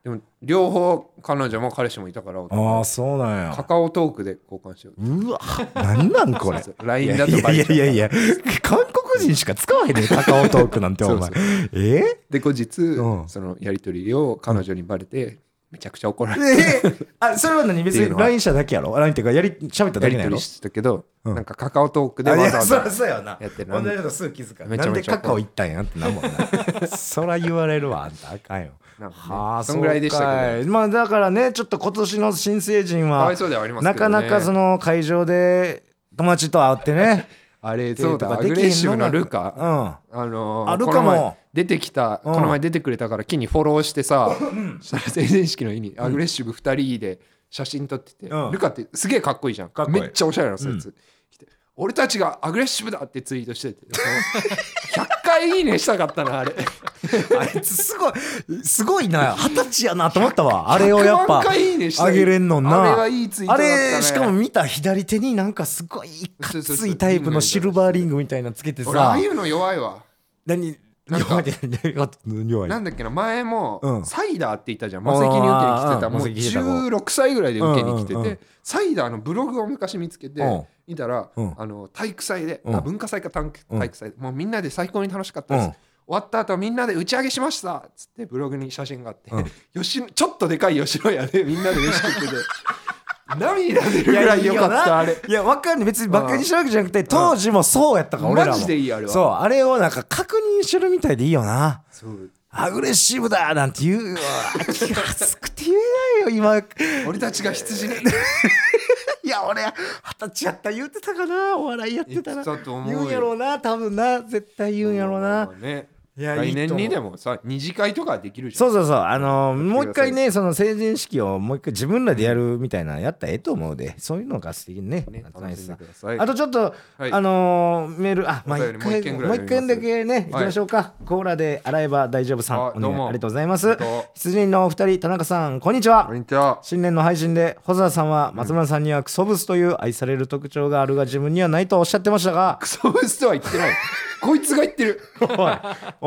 A: でも両方彼女も彼氏もいたから
B: あーあーそうなん
A: カ
B: や
A: カオトークで交換しよう
B: うわ何なんこ れ
A: そうそう
B: い
A: LINE
B: や
A: だ
B: い
A: とバレちゃ
B: や
A: う
B: いやいや韓国人しか使わへんねカカオトークなんてお前
A: そう
B: え
A: で後日、
B: うん
A: そのやり取りを彼女にバレてめちゃくちゃ怒られて、
B: え あそれは何別
A: っていう
B: に
A: のは
B: LINE しただけやろ LINE っていうかやり喋った
A: や
B: だけ
A: り
B: なんや
A: 取
B: ろ
A: りしてたけど、
B: うん
A: なんかカカオトークで
B: あい
A: わ
B: や
A: ざわ
B: そり
A: ざ
B: ゃそうやわな
A: やってる
B: 同じことすぐ気づかん
A: めちゃ
B: なん
A: め
B: で
A: ちゃ怒る
B: カカオ行ったんやってなんもんなそら言われるわあんたあかんよ
A: なんかね
B: はあ
A: そんぐらいでしたけ
B: どまあだからねちょっと今年の新成人
A: どかわ
B: はい
A: そうではありますけど、
B: な
A: ね、
B: かなかその会場で友達と会ってね
A: あれ
B: デ
A: そ
B: ー
A: う
B: ト
A: だ
B: が
A: ア
B: で
A: グ
B: きへんのが
A: レッシブなル
B: う
A: カ
B: ん、あ
A: あのー
B: あルカも
A: この前出てきた、
B: うん
A: この前出てくれたから木にフォローしてさ、そしたら成人式の日にアグレッシブ2人で写真撮ってて、
B: うん
A: ルカってすげえかっこいいじゃん
B: かっこいい
A: めっちゃおしゃれなスーツ、着て俺たちがアグレッシブだってツイートしててその100回いいねしたかったなあれ
B: いつすごいすごいな二十歳やなと思っ たわあれをやっぱ
A: 100万回いいねした
B: あげれんのんな
A: あれはいいツイートだったね
B: あれしかも見た左手になんかすごいかっついタイプのシルバーリングみたいなのつけて
A: 俺あ
B: さ
A: あいうの弱いわ
B: 何
A: なんか
B: 弱い弱い弱い
A: なんだっけな前も、
B: うん
A: サイダーって言ったじゃんマセキに受けに来てた
B: うん
A: もう
B: マセキ来てた子
A: 16歳ぐらいで受けに来てて、
B: うんうんうん
A: サイダーのブログを昔見つけて、
B: うん
A: 見たら、
B: うん
A: あの体育祭で、
B: うん
A: あ文化祭か体育
B: うん
A: 体育祭で、もうみんなで最高に楽しかったです、
B: うん
A: 終わった後みんなで打ち上げしましたっつってブログに写真があって、
B: うん
A: 吉野ちょっとでかい吉野家でみ んなで飯食 ってて涙出るぐらいよかったあれ
B: いやわかんない別にバカにしたわけじゃなくて当時もそうやったから俺らも
A: マジでいいあれは
B: そうあれをなんか確認してるみたいでいいよな
A: そう
B: アグレッシブだなんて言うわ気がつくて言えないよ今い
A: 俺たちが羊に
B: や俺二十歳やったら言うてたかなお笑いやってたら
A: 言ってたと思うよ
B: 言うんやろうな多分な絶対言うんやろうな、
A: ね
B: いやい
A: 来
B: いと思
A: 年
B: う
A: にでもさ二次会とかできるじゃん
B: そうそうそうあの
A: だ
B: ー
A: さい
B: もう一回ねその成人式をもう一回自分らでやるみたいなのやったらええと思うでそういうのが素敵にね
A: ね、
B: 夏の
A: 楽
B: や
A: し
B: つ
A: ん
B: さ
A: でください。
B: あとちょっと、
A: はい
B: あのーメール、あ、まあ、
A: お便
B: 一
A: り
B: 回、
A: もう一件ぐらい
B: もう一件だけね、行きましょうか。コーラで洗えば大丈夫さん、
A: はい
B: お願い
A: どうも
B: ありがとうございま
A: あ
B: す
A: りがと。
B: 出人のお二人、田中さん、こんにちは
A: こん。にちは。
B: 新年の配信で、保沢さんは松村さんにはクソブスという愛される特徴があるが自分にはないとおっしゃってましたが、
A: クソブスとは言って ない。こいつが言ってる。
B: おい、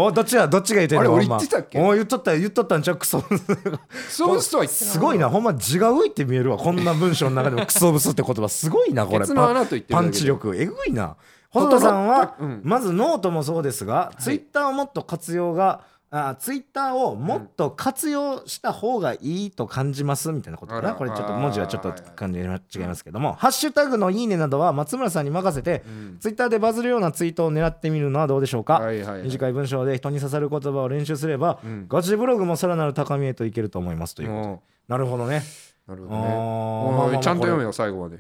B: おどっちが、どっちが言ってんの
A: あれ俺
B: ほんま
A: 言ってたっけ
B: お言っとったよ、言っとったんちゃう、クソブス。
A: クソブスとは言ってない。
B: すごいな、ほんま字が浮いて見えるわ、こんな文章の中でもクソブスって 言葉、すごいな、これ。
A: ケツの穴と言ってるだ
B: パ
A: けで
B: ンチ力、えぐいな。細田さんは
A: うん、
B: まずノートもそうですが、ツイッターをもっと活用が、あツイッターをもっと活用した方がいいと感じますみたいなことか
A: あ
B: な、
A: ら
B: これちょっと
A: あー
B: 文字はちょっと感じが違いますけども、ハッシュタグの「いいね」などは松村さんに任せて、
A: うん
B: ツイッターでバズるようなツイートを狙ってみるのはどうでしょうか、
A: はいはいはい
B: 短い文章で人に刺さる言葉を練習すれば、
A: うん
B: ガチブログもさらなる高みへといけると思いますということ
A: お
B: なるほどね
A: ーなるほど
B: あー
A: ね
B: まあまあ
A: お
B: ま
A: い
B: あ
A: ちゃんと読めよ最後まで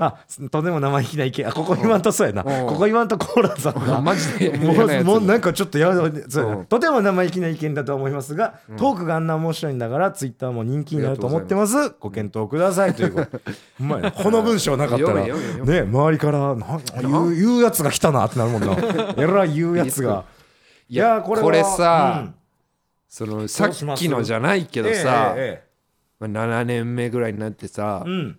B: あとても生意気な意見あここ今んとそうやな
A: うん
B: ここ今んとコーラさんが
A: マジで
B: も
A: 嫌なや
B: う
A: つ
B: もうなんかちょっとやだそうやな
A: うん
B: とても生意気な意見だと思いますが、トークがあんな面白いんだからツイッターも人気になると思ってますご検討くださいとい うことほんまやなこの文章なかったら
A: 読
B: ね
A: め読め
B: 周りからなん言う言うやつが来たなってなるもん なえらい言うやつが
A: いやこれさ、
B: うん
A: そのさっきのじゃないけどさ、
B: え
A: まあ7年目ぐらいになってさ、
B: えええうん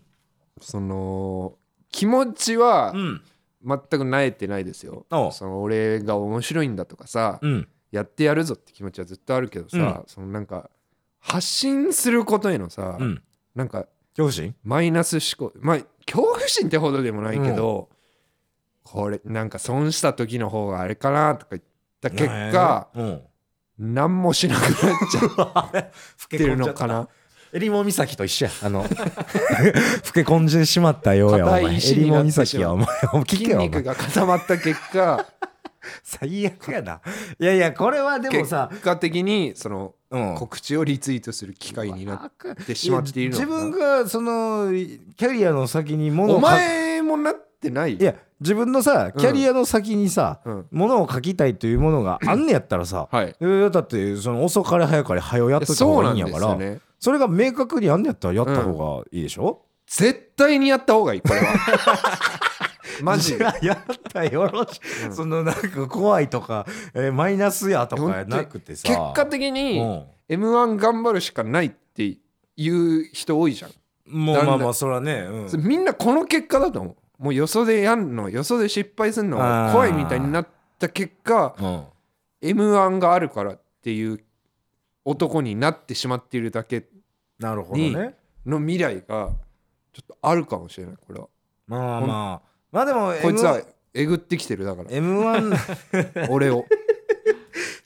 A: その気持ちは
B: うん
A: 全くなえてないですよ、
B: おう
A: その俺が面白いんだとかさ、
B: うん
A: やってやるぞって気持ちはずっとあるけどさ、そのなんか発信することへのさ、
B: うん
A: なんか
B: 恐怖心
A: マイナス思考まあ恐怖心ってほどでもないけど、これなんか損した時の方があれかなとか言った結果、
B: ええうん
A: 何もしなくなっちゃっ
B: あれ老け
A: て
B: 込
A: る
B: んじゃ
A: の
B: っ
A: か
B: た
A: な。
B: 襟裳岬と一緒や あの老け込んでしまったようやお前
A: 硬い石
B: 襟
A: にな
B: 裳
A: ってし
B: 岬
A: ま
B: や
A: う
B: お前聞け
A: 筋
B: よお前
A: 肉が固まった結果
B: 最悪やな。いやいや、これは でも
A: 結
B: さ、
A: 果的にその
B: うん
A: 告知をリツイートする機会になってしまっているの
B: 自
A: かな
B: 分がそのキャリアの先に物
A: お
B: をか
A: 前もなってない
B: いや自分のさキャリアの先にさ、
A: うん
B: 物を書きたいというものがあんねやったらさ、
A: はい
B: えーだってその遅かれ早かれ早やっといた
A: そ
B: 方
A: う
B: が
A: ない
B: い
A: ん
B: ん
A: で
B: や
A: す
B: か
A: よ
B: ら、
A: ね
B: それが明確にあんねやったらやった方がいいでしょ、
A: 絶対にやった方がいいこれは マジで
B: いや やったらよろしい、
A: うん
B: そのなんか怖いとか、えーマイナスやとかやなくてさ
A: 結果的に m 1頑張るしかないっていう人多いじゃん、
B: うんもうまあまあそれはね、うん
A: それみんなこの結果だと思うもうよそでやんのよそで失敗すんの
B: あー
A: 怖いみたいになった結果
B: うん、
A: m 1があるからっていう男になってしまっているだけ
B: なるほど
A: に
B: ね。
A: の未来がちょっとあるかもしれないこれは
B: まあまあ。まあでも、
A: こいつは
B: M1
A: えぐってきてるだから、
B: M1、ちょっ
A: 俺を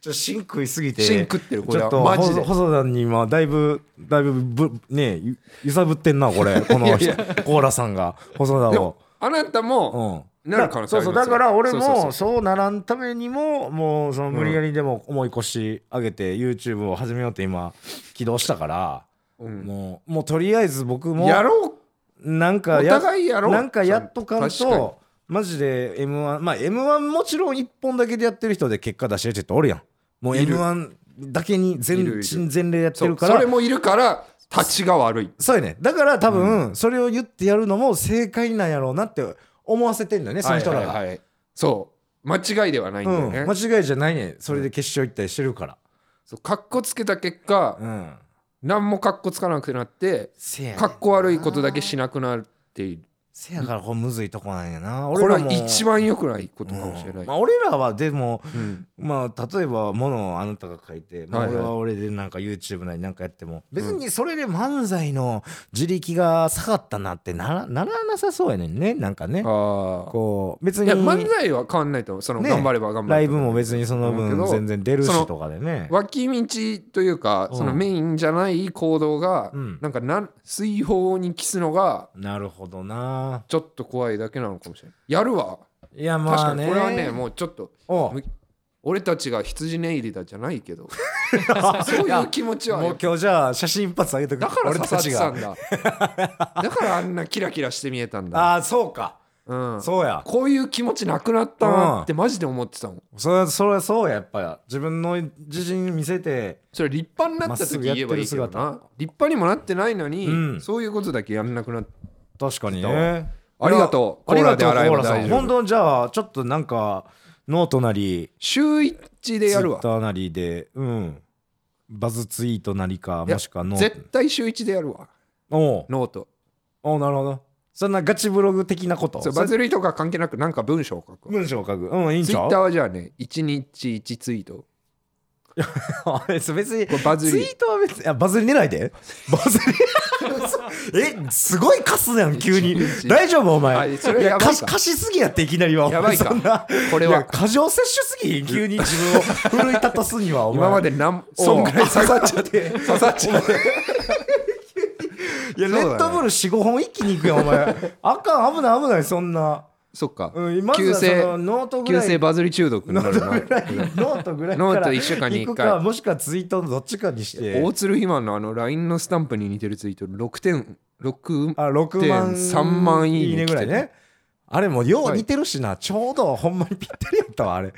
B: と芯食いすぎて、
A: 芯食ってるこ
B: ち
A: れ
B: ょ
A: は
B: っと
A: マジで
B: 細細田に今、だいぶ、だいぶぶ、ねゆ揺さぶってんな、これ、この
A: いやいや
B: コーラさんが、細田
A: で
B: を
A: も。あなたも
B: うん
A: なる可能性ありますよ
B: そうそうだから俺
A: そうそうそ
B: も
A: う
B: そうならんためにももうその無理やりでも重い腰上げて YouTube を始めようって今起動したから、
A: うん
B: もうもうとりあえず僕も
A: やろう
B: なんか
A: お互いやろう
B: なんかやっとかん
A: 確かに
B: とマジで m 1まあ m 1もちろん1本だけでやってる人で結果出してるって人おるやんもう
A: い
B: m
A: る
B: 1だけに
A: いるい
B: 全
A: る
B: 身全霊でやって
A: そう
B: るか
A: そ
B: ら
A: れもいるから立ちが悪い
B: そうやねだから多分それを言ってやるのも正解なんやろうなって思わせてんだよねその人ら
A: はい
B: が
A: はいはいそう間違いではないん
B: う
A: だよ
B: ん
A: ね、
B: 間違いじゃないねそれで決勝行ったりしてるから
A: そうかっこつけた結果、
B: うん
A: 何もかっこつかなくなって
B: せやねん
A: かっこ悪いことだけしなくなっている
B: せやからこうむずいとこなんやな
A: これ
B: 俺ら
A: は
B: も
A: 一番良くないこと
B: う
A: か
B: ん
A: もしれない、
B: まあ俺らはでも
A: うん
B: まあ例えばものをあなたが書いて、まあ、
A: はいはい
B: 俺は俺でなんか YouTube なりなんかやっても別にそれで漫才の自力が下がったなってならならなさそうやねんねなんかね
A: ああ
B: こう別
A: い
B: に
A: や漫才は変わんないと思うその、
B: ね
A: 頑張れば頑張る
B: ライブも別にその
A: 思うけ
B: 分
A: ど
B: 全然出る
A: そ
B: し
A: の
B: とかでね
A: 脇道というか、
B: うん
A: そのメインじゃない行動が、
B: うん
A: なんかなん水泡にキスのが
B: なるほどな
A: ちょっと怖いだけなのかもしれないやるわ、
B: いやまあ
A: 確か
B: ね
A: にこれはねもうちょっと
B: おう
A: む俺たちが羊ネイリだじゃないけ どそういう気持ちは
B: も
A: やっ
B: う
A: ぱ
B: 今日じゃあ写真一発あげとく
A: だから
B: 俺
A: 刺
B: た
A: さっ
B: ち
A: てたん
B: が
A: だだからあんなキラキラして見えたんだ、
B: ああそうか
A: うん、
B: そうや
A: こういう気持ちなくなったなってマジで思ってたもん
B: それはそれはそうややっぱり自分の自信見せて
A: それ立派になった時言えばいいけどな立派にもなってないのに、
B: うん
A: そういうことだけやんなくなって
B: 確かに
A: きっ
B: ね
A: ありがとう
B: いや
A: コーラで洗えば
B: ありがとうコーラさん
A: 大丈夫
B: 本当じゃあちょっとなんかノートなり
A: 週一で
B: ツイ
A: やるわ
B: ッターなりでうんバズツイートなりか
A: いや
B: もしくはノート
A: 絶対週一でやるわ
B: おう
A: ノート
B: おうなるほどそんなガチブログ的なこと
A: そうバズりとか関係なくなんか文章を書くわ
B: 文章を書くうんいいん
A: ツ
B: ち
A: イ
B: ゃ
A: ッター
B: う
A: はじゃあね1日1ツイート
B: あれ別に
A: これバズ
B: ツイ
A: り
B: ートは別にあバズり狙いでバズり えすごい貸すやん急に
A: 一日
B: 大丈夫お
A: あ
B: 前
A: それ
B: いや
A: やばいか
B: 貸し貸しすぎやっていきなりはお前
A: やばいか
B: そんな
A: これ
B: い
A: は
B: や過剰摂取すぎひん急に自分を奮い立たすにはお前
A: 今まで何
B: そん
A: お
B: ぐ
A: う
B: らい刺さっちゃって
A: 刺さっちゃう
B: いや、
A: そうだ
B: レ
A: ね
B: ッドブル4、5本一気にいくやん、お前。あかん、危ない、危ない、そんな。
A: そっか、
B: うん、まず
A: 急
B: はそ
A: 性
B: のノートぐ
A: 急
B: ら
A: 性
B: い。
A: バズり中毒に
B: ノ
A: な
B: ー
A: る
B: ト
A: な
B: ぐらい、ノートぐらいから。
A: ノート一週間に一回
B: 行くかもしくはツイートのどっちかにして
A: 大。鶴ひまのあの LINE のスタンプに似てるツイート6点6
B: あ、6万。
A: 3万いいね
B: いいねぐらい
A: 来
B: ね。あれもうよう似てるしな、ちょうどほんまにぴったりやったわ、あれ。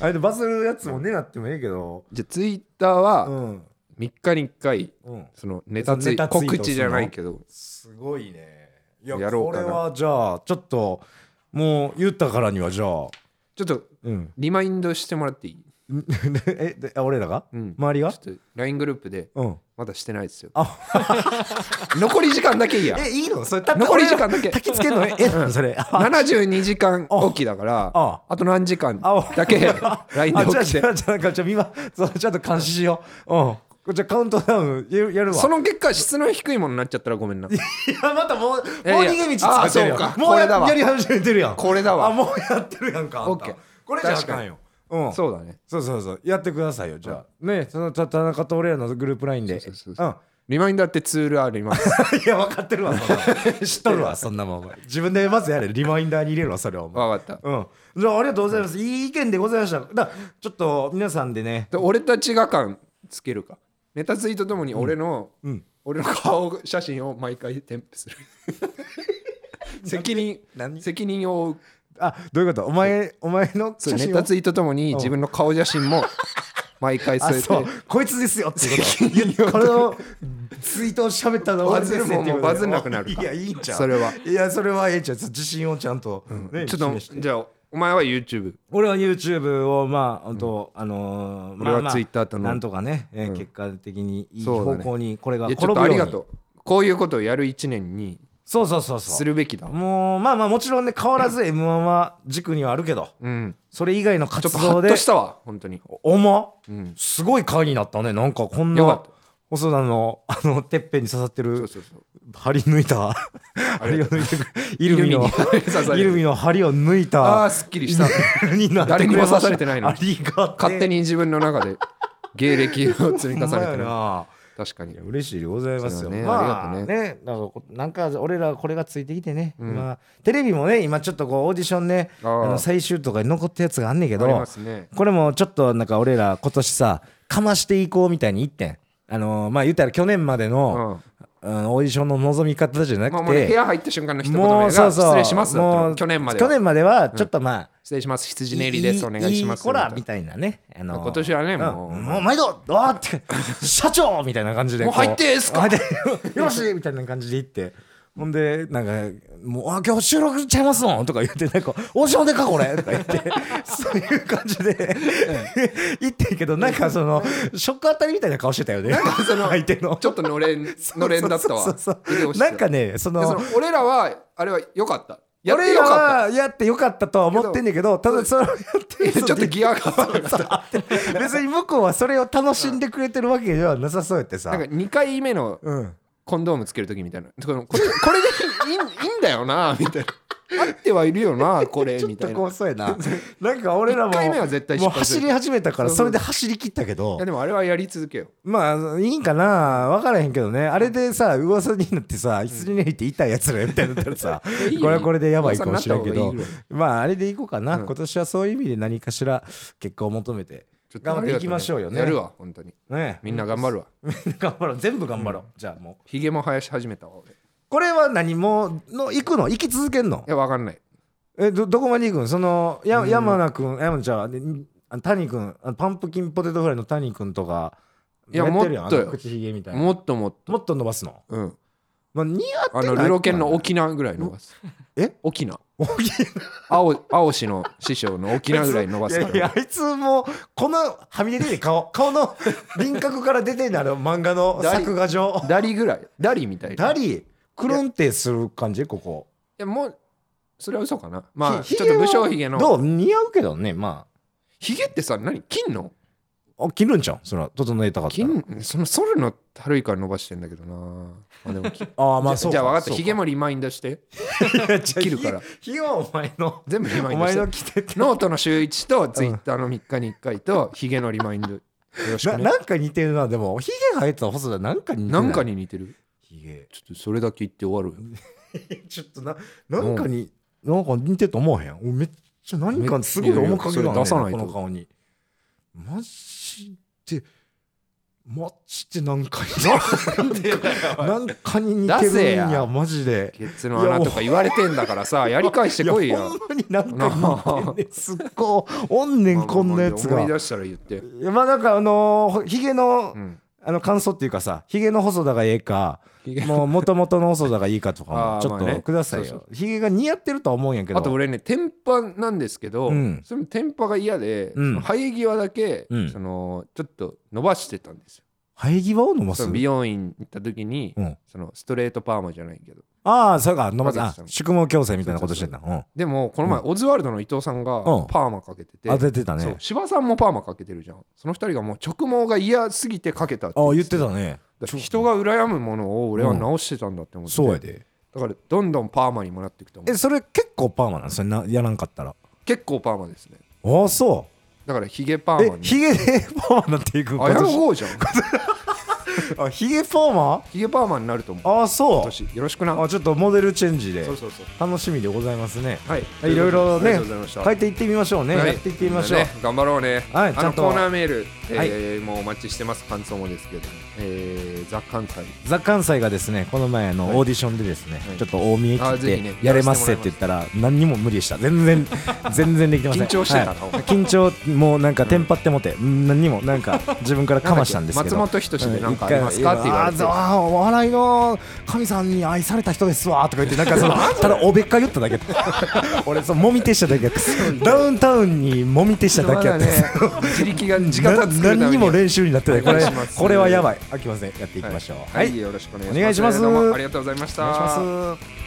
B: あれでバズるやつも狙ってもええけど。
A: じゃあツイッターは
B: うん。
A: 3日に1回
B: うん。
A: そのネタツイ
B: そのネタツイート
A: 告知じゃないけど
B: すごいね。い
A: やろうかな
B: これはじゃあ、ちょっと、もう言ったからにはじ
A: ち
B: ゃあ。
A: ょっと
B: うん。
A: リマインドしてもらっていい、
B: え、で俺らが
A: うん、
B: 周りが
A: ちょっと LINE グループで
B: うん。
A: まだしてないですよ
B: あ
A: 残り時間だけいいや
B: え、いいのそれ、た
A: 残り時間だけ
B: 焚きつけんのえ、え、それ。あ、
A: 72時間おきだから
B: あ
A: あと何時間
B: あ
A: だけ LINE で
B: あじ
A: 送
B: ゃあ、
A: っ
B: じ
A: て
B: ゃあ、じゃあ、なんか、じゃあ、今、 そうちょっと監視しよう。うん。じゃあ、カウントダウンやるやるわ。
A: その結果質の低いものになっちゃったらごめんない
B: や、またもう、も
A: い
B: う
A: や
B: 逃げ道使ってるや
A: あ
B: ん
A: そうか
B: もう
A: これだ
B: や
A: わ
B: やり始めてるやん。
A: これだわ
B: あ、もうやってるやんか。あんた
A: オッケー
B: これじゃあかんよ。うん。
A: そうだね
B: そうそうそう。やってくださいよ、じゃあ。ねその、た田中と俺らのグループラインで。
A: そうそう
B: うん。
A: リマインダーってツールあります
B: いや、分かってるわ、そん な知っとるわ、そんなもん。お前自分でまずやれ。リマインダーに入れるわ、それを。お前
A: わかった
B: うん。じゃあ、ありがとうございます。いい意見でございました。だちょっと、皆さんでね。
A: で俺たちが感つけるかネタツイーとともに俺の、
B: うん。
A: 俺の顔写真を毎回添付する責任
B: 何
A: 責任を負う
B: あ、どういうことお前、お前の
A: そう
B: 写
A: ネ
B: 真
A: タ
B: を
A: ツイーとともに自分の顔写真も 毎回
B: あ、
A: 添えて
B: そう。こいつですよって いうこと。これを、ツイートを喋ったのは俺ですねっていうこと
A: バズるもんもうバズんなくなるか
B: いや、いいんちゃう。
A: それは。
B: いや、それはええんちゃう。自信をちゃんと。ね
A: ちょっ
B: 示して
A: とじゃあお前は YouTube
B: 俺は YouTube をまあ本当、あのー、
A: 俺は
B: まあまあ
A: Twitter との
B: なんとかね、えー
A: うん
B: 結果的にいい
A: そうだ
B: 方
A: ね
B: 向にこれが
A: いや
B: 転
A: ち
B: ぶ
A: ょっ
B: ように
A: とありがとうこういうことをやる1年に
B: そうそうそうそ
A: す
B: う
A: るべきだ
B: もうまあまあもちろんね変わらず m 1は軸にはあるけど
A: うん
B: それ以外の
A: ちょっ
B: 活
A: とハ
B: 動
A: ッ
B: で
A: としたわ本当に
B: おま
A: うん
B: すごい回になったねなんかこん
A: よかっ
B: な
A: た
B: 細田のあのてっぺんに刺さって
A: そう
B: る
A: そうそう
B: 針抜いた針を抜いてくイルミの
A: 刺される
B: イルミの針を抜いた
A: あーすっきりした
B: になって
A: 誰
B: く
A: に
B: れ
A: も
B: ました
A: 刺されてないの
B: ありがて
A: 勝手に自分の中で芸歴を積み重ねて
B: ほんまや
A: る
B: な
A: 確かに
B: 嬉しいでございます
A: そ
B: よ。
A: うだね
B: まあ
A: ありがと
B: ね、なんかこなんか俺らこれがついてきてね、
A: うん
B: まあテレビもね今ちょっとこうオーディションね
A: あ
B: あ
A: ー
B: の最終とかに残ったやつがあんねんけ
A: あり
B: ど
A: ま、すね
B: これもちょっとなんか俺ら今年さかましていこうみたいに言ってん。あのーまあ言ったら去年までの、
A: うん
B: うんオーディションの望み方じゃな
A: まあ、
B: く
A: もうね部
B: て。
A: 屋入った瞬間の一言目
B: も
A: が
B: うそうそう
A: 失礼しますだったの
B: もう
A: 去年まで
B: 去
A: は
B: 年まではちょっとまあ、
A: 失礼します羊練りですお願いします
B: いい子ら
A: み
B: み
A: た
B: たいなね、あのー
A: 今年はねもう
B: うんもう毎度わー って社長みたいな感じで
A: もう
B: こ
A: 入ってーすか
B: 入ってよろしいみたいな感じで行ってほんでなんか「もうあ今日収録ちゃいますの?」とか言ってなんか「おしでかこれ」とか言って そういう感じで行ってんけどなんかそのショック当たりみたいな顔してたよね相手の
A: いなちょっとのれん のれんだったわ
B: そうそう
A: 秀
B: そう
A: 吉
B: なんかねそ
A: でそ
B: の
A: の俺らはあれは良かったやって
B: 俺
A: 良
B: ら
A: かっ
B: はやってよかったとは思ってんだけどただそれをやって
A: た ちょっとギアが
B: あって別に向こうはそれを楽しんでくれてるわけではなさそうやってさ
A: なんか2回目の
B: うん
A: コンドームつけるときみたいなこれこれこれでいいいいんだよなみたいなあってはいるよなこれ
B: ちょ
A: み
B: ったと
A: いな
B: こうそう やななんか俺らも
A: 一回目は絶対
B: も
A: 失
B: う
A: 敗す
B: 走
A: る
B: り始めたから
A: そうそう
B: それで走り切ったけ
A: い
B: ど
A: やでもあれはやり続けよ
B: まあいいんかな分からへんけどねあれでさ噂になってさ「羊ねりって痛いやつらや」みたいになったらさ
A: いいよ
B: これはこれでやばいかもしれんけ
A: 噂
B: ど
A: になった方がいい
B: まああれでいこうかな
A: うん
B: 今年はそういう意味で何かしら結果を求めて
A: ちょっと
B: 頑張っていきましょうよね
A: やるわ本当に
B: ね
A: みんな頑張るわ
B: 頑張ろう全部頑張ろうじゃあもう
A: ひげも生やし始めたわ俺い
B: これは何もうの行くの行き続けんの
A: やわかんない
B: えどどこまで行くんそのや山名君山名ちゃんでんあ谷君あパンプキンポテトフライの谷君とか
A: いや
B: やってるやん
A: もっとよ
B: あの口ひげみたいなも
A: もっともっと
B: っと伸ばすの、
A: うん
B: まあ、似合
A: あ
B: ってな
A: の
B: い
A: ルロケンの沖縄ぐらい伸ばす
B: え
A: 沖縄
B: 大きい
A: 青青氏の師匠の沖縄ぐらい伸ばすから
B: いやいやあいつもうこのはみ出てる顔顔の輪郭から出てんのあの漫画の
A: ダリ
B: 作画上
A: ダリぐらいダリみたいな
B: ダ
A: い
B: リクルンってする感じここ
A: やもうそれは嘘かなまあ
B: ひ
A: ちょっと
B: ひげは
A: 武将ひげの
B: どう似合うけどねまあ
A: ひげってさ何金の
B: あ切るんちゃうそれは整えたかったら
A: 金その剃るのたるいから伸ばしてんだけどなあでもき
B: ああ まあ
A: じゃ
B: そう
A: じゃあ分かった
B: そう
A: ひげもリマインダーして切るから
B: ひげはお前の
A: 全部リマイ
B: お
A: ンダー
B: 前
A: して
B: の着てて
A: ノートの週1とツイッターの3日に1回とヒゲのリマインドよろしく
B: な
A: ね
B: なんか似てるなでもひげ生えてた細田なんか似て
A: な
B: る
A: んかに似てる
B: ひげ
A: ちょっとそれだけ言って終わるよ
B: ちょっとななんかに、なんか似てると思わへんおめっちゃ何かすごい面影があ
A: いやいやそ
B: んねん
A: れ出さない
B: ことの顔にマジでマジで何かに似てるなんかに似て
A: 出せ
B: るんや
A: や
B: マジで
A: ケツの穴とか言われてんだからさやり返してこいや
B: やほんまになんか似てんねんすっごいおんねんこんなやつが
A: 思い出したら言って
B: いやまあなんかあのーほひげの
A: うん
B: あの感想っていうかさひげの細田がええか
A: ヒゲ
B: もう元々の細田がいいかと
A: あ
B: かも
A: ー
B: ちょっ
A: まあ
B: と
A: ね
B: ください
A: そう
B: よひげが似合ってるとは思うんやけど
A: あと俺ね天パなんですけど
B: うん
A: それも天パが嫌でそ
B: うん
A: の生え際だけ
B: うん
A: そのちょっと伸ばしてたんですよ
B: 生え際を伸ば
A: そ
B: す
A: の美容院行った時に
B: うん
A: そのストレートパーマじゃないけど
B: ああそうか伸ばす
A: かけ
B: あ
A: てたの
B: 宿毛矯正みたいなことしてんだうん
A: でもこの前オズワルドの伊藤さんが
B: うん
A: パーマかけてて
B: 当ててた
A: そう
B: ね
A: 柴さんもパーマかけてるじゃんその二人がもう直毛が嫌すぎてかけたって
B: ああ言って
A: だ
B: たね
A: から人が羨むものを俺は直してたんだって思ってて、
B: そうやで
A: だからどんどんパーマにもなっていくと思
B: え
A: う
B: それ結構パーマなんそれなやらんかったら
A: 結構パーマですね
B: ああそ
A: だからヒゲパ
B: う
A: ー
B: え
A: マに
B: ひげでパーマになっていくん
A: あやる方じゃん
B: あひげパーマ
A: ヒゲパーマになると思う
B: ああそう
A: 今年よろしくな
B: あちょっとモデルチェンジで
A: そうそうそう
B: 楽しみでございますね
A: はい
B: いろいろ
A: あり
B: ね
A: がとうございました
B: 変えていってみましょうね、
A: はい
B: やっていってみましょう、
A: ね頑張ろうね、
B: はいち
A: あ
B: ゃ
A: の
B: んと
A: コーナーメール、え
B: はい
A: ーもうお待ちしてます感想もですけど、えー、ザ・関西
B: ザ・関西がですねこの前あの
A: はい
B: オーディションでですね、
A: はい
B: ちょっと大見え切
A: あ
B: っ
A: ぜひ
B: て
A: ね
B: やれますせって言ったら何にも無理でした全然 全然できてません
A: 緊張してたな
B: はい
A: お前
B: 緊張もうなんかテンパってもて、何にもなんか自分からかましたんですけど
A: 松本人志で何かありますかって言われて
B: あーあーお笑いの神さんに愛された人ですわーとか言ってな んかそのただおべっか言っただけ 俺そのもみ手しただけやったダウンタウンにもみ手しただけやったんですよ
A: まだ ね自力が時間が作るため
B: な何にも練習になってないこ
A: お
B: れ
A: 願いします
B: これはやばい飽きませんやっていきましょう
A: はい、よろしくお願いします
B: お願いします
A: どうもありがとうございました
B: お願いします